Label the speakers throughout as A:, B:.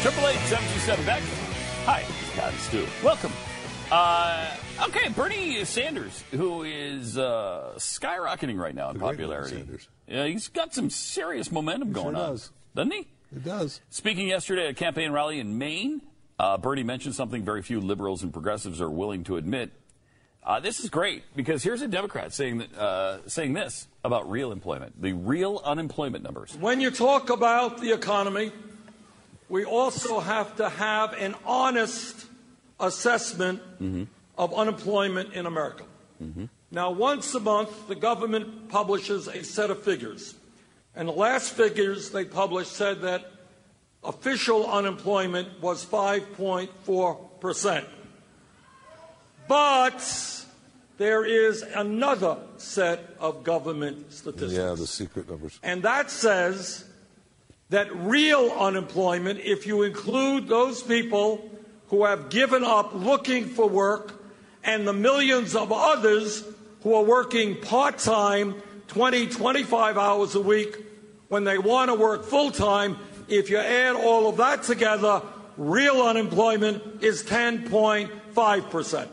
A: Triple H seven two seven back. Hi, it's Scott and Stu. Welcome. Uh, okay, Bernie Sanders, who is uh, skyrocketing right now in
B: great
A: popularity.
B: Bernie Sanders.
A: Yeah, he's got some serious momentum going
B: sure
A: on,
B: does.
A: doesn't he?
B: It does.
A: Speaking yesterday at a campaign rally in Maine, uh, Bernie mentioned something very few liberals and progressives are willing to admit. Uh, this is great because here's a Democrat saying that, uh, saying this about real employment, the real unemployment numbers.
C: When you talk about the economy, we also have to have an honest assessment of unemployment in America. Now, once a month, the government publishes a set of figures. And the last figures they published said that official unemployment was 5.4%. But there is another set of government statistics.
B: Yeah, the secret numbers.
C: And that says that real unemployment, if you include those people who have given up looking for work and the millions of others who are working part time, 20, 25 hours a week, when they want to work full time, if you add all of that together, real unemployment is 10.5%.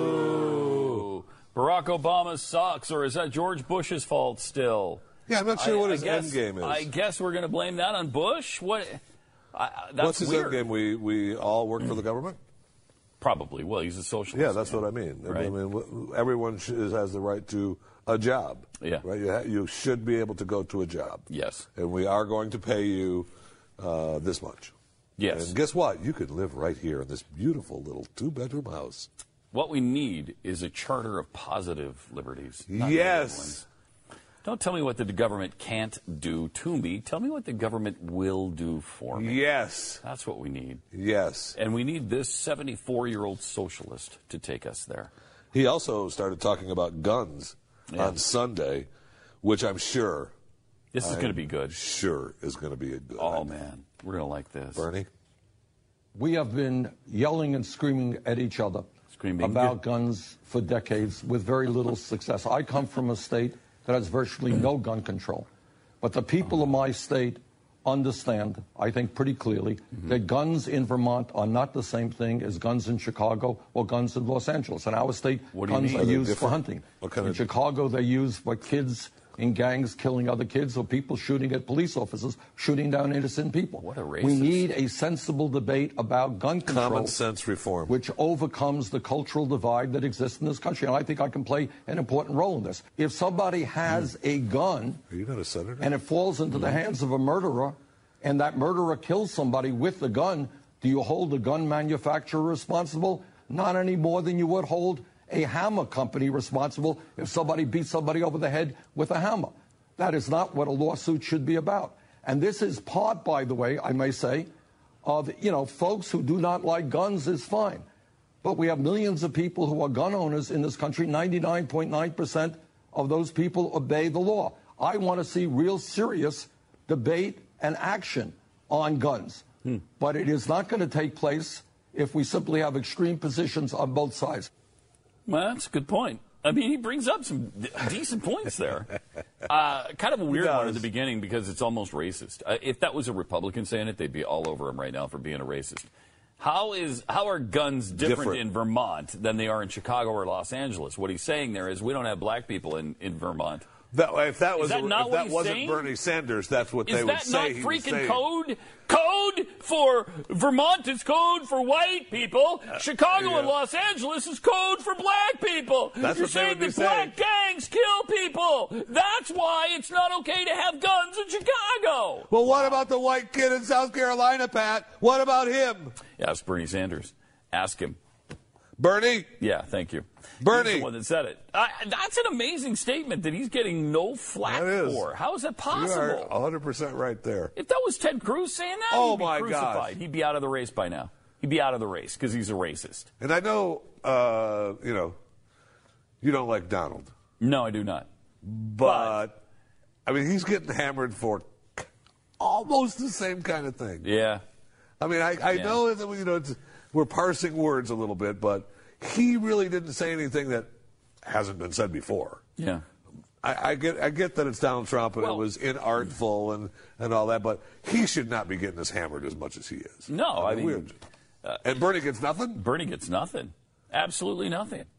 A: Boo. Barack Obama sucks, or is that George Bush's fault still?
B: Yeah, I'm not sure
A: I-
B: what
A: I
B: his
A: guess-
B: end game is.
A: I guess we're going to blame that on Bush. What? I, I- that's
B: What's his
A: weird.
B: end game? We we all work for the government.
A: Probably. Well, he's a socialist.
B: Yeah, that's what I mean. I mean, I
A: Right.
B: mean, w- everyone sh- is, has the right to a job.
A: Yeah.
B: Right. You, ha- you should be able to go to a job.
A: Yes.
B: And we are going to pay you uh, this much.
A: Yes.
B: And guess what? You could live right here in this beautiful little two-bedroom house.
A: What we need is a charter of positive liberties. not negative ones.
B: yes.
A: Don't tell me what the government can't do to me. Tell me what the government will do for me.
B: Yes.
A: That's what we need.
B: Yes.
A: And we need this 74 year old socialist to take us there.
B: He also started talking about guns
A: Yeah.
B: on Sunday, which I'm sure,
A: This is going to be good.
B: sure is going to be a good.
A: Oh, man. We're going to like this.
B: Bernie.
D: We have been yelling and screaming at each other
A: Screaming.
D: about guns for decades with very little success. I come from a state that has virtually no gun control. But the people of my state understand, I think pretty clearly,
A: Mm-hmm.
D: that guns in Vermont are not the same thing as guns in Chicago or guns in Los Angeles. In our state,
A: What do you
D: guns
A: mean?
D: are
A: Are they
D: used for
B: different?
D: hunting.
B: What kind
D: in
B: of-
D: Chicago, they're used by kids in gangs killing other kids or people shooting at police officers, shooting down innocent people.
A: What a
D: We
A: racist.
D: need a sensible debate about gun control.
B: Common sense reform.
D: Which overcomes the cultural divide that exists in this country. And I think I can play an important role in this. If somebody has a gun
B: Are you not a senator?
D: and it falls into the hands of a murderer and that murderer kills somebody with the gun, do you hold the gun manufacturer responsible? Not any more than you would hold a hammer company responsible if somebody beat somebody over the head with a hammer. That is not what a lawsuit should be about. And this is part, by the way, I may say, of, you know, folks who do not like guns is fine. But we have millions of people who are gun owners in this country. 99.9% of those people obey the law. I want to see real serious debate and action on guns. But it is not going to take place if we simply have extreme positions on both sides.
A: Well, that's a good point. I mean, he brings up some d- decent points there. Uh, kind of a weird one at
B: does.
A: the beginning because it's almost racist. Uh, if that was a Republican saying it, they'd be all over him right now for being a racist. How is how are guns different,
B: Different.
A: in Vermont than they are in Chicago or Los Angeles? What he's saying there is we don't have black people in, in Vermont.
B: That, if that was
A: that
B: if
A: not what
B: that
A: he's
B: wasn't
A: saying?
B: Bernie Sanders, that's what they
A: Is
B: would
A: that not
B: say. he was
A: freaking
B: saying.
A: code? Code for Vermont is code for white people. Chicago and
B: Uh, yeah.
A: Los Angeles is code for black people.
B: That's
A: You're
B: what they
A: saying
B: would be
A: that black gangs kill people. That's why it's not okay to have guns in Chicago.
B: Well, what about the white kid in South Carolina, Pat? What about him,
A: Ask Bernie Sanders. Ask him.
B: Bernie?
A: Yeah, thank you.
B: Bernie.
A: He's the one that said it. Uh, that's an amazing statement that he's getting no flack
B: That is.
A: for. How is that
B: You
A: possible?
B: are 100 percent right there.
A: If that was Ted Cruz saying that,
B: Oh,
A: he'd be
B: my gosh.
A: crucified. He'd be out of the race by now. He'd be out of the race because he's a racist.
B: And I know, uh, you know, you don't like Donald,
A: No, I do not.
B: but, I mean, he's getting hammered for almost the same kind of thing.
A: Yeah.
B: I mean, I, I
A: Yeah.
B: know that you know it's, we're parsing words a little bit, but he really didn't say anything that hasn't been said before.
A: Yeah.
B: I, I get I get that it's Donald Trump and
A: Well-
B: it was inartful and, and all that, but he should not be getting as hammered as much as he is.
A: No, I mean, uh,
B: we're- and Bernie gets nothing.
A: Bernie gets nothing. Absolutely nothing.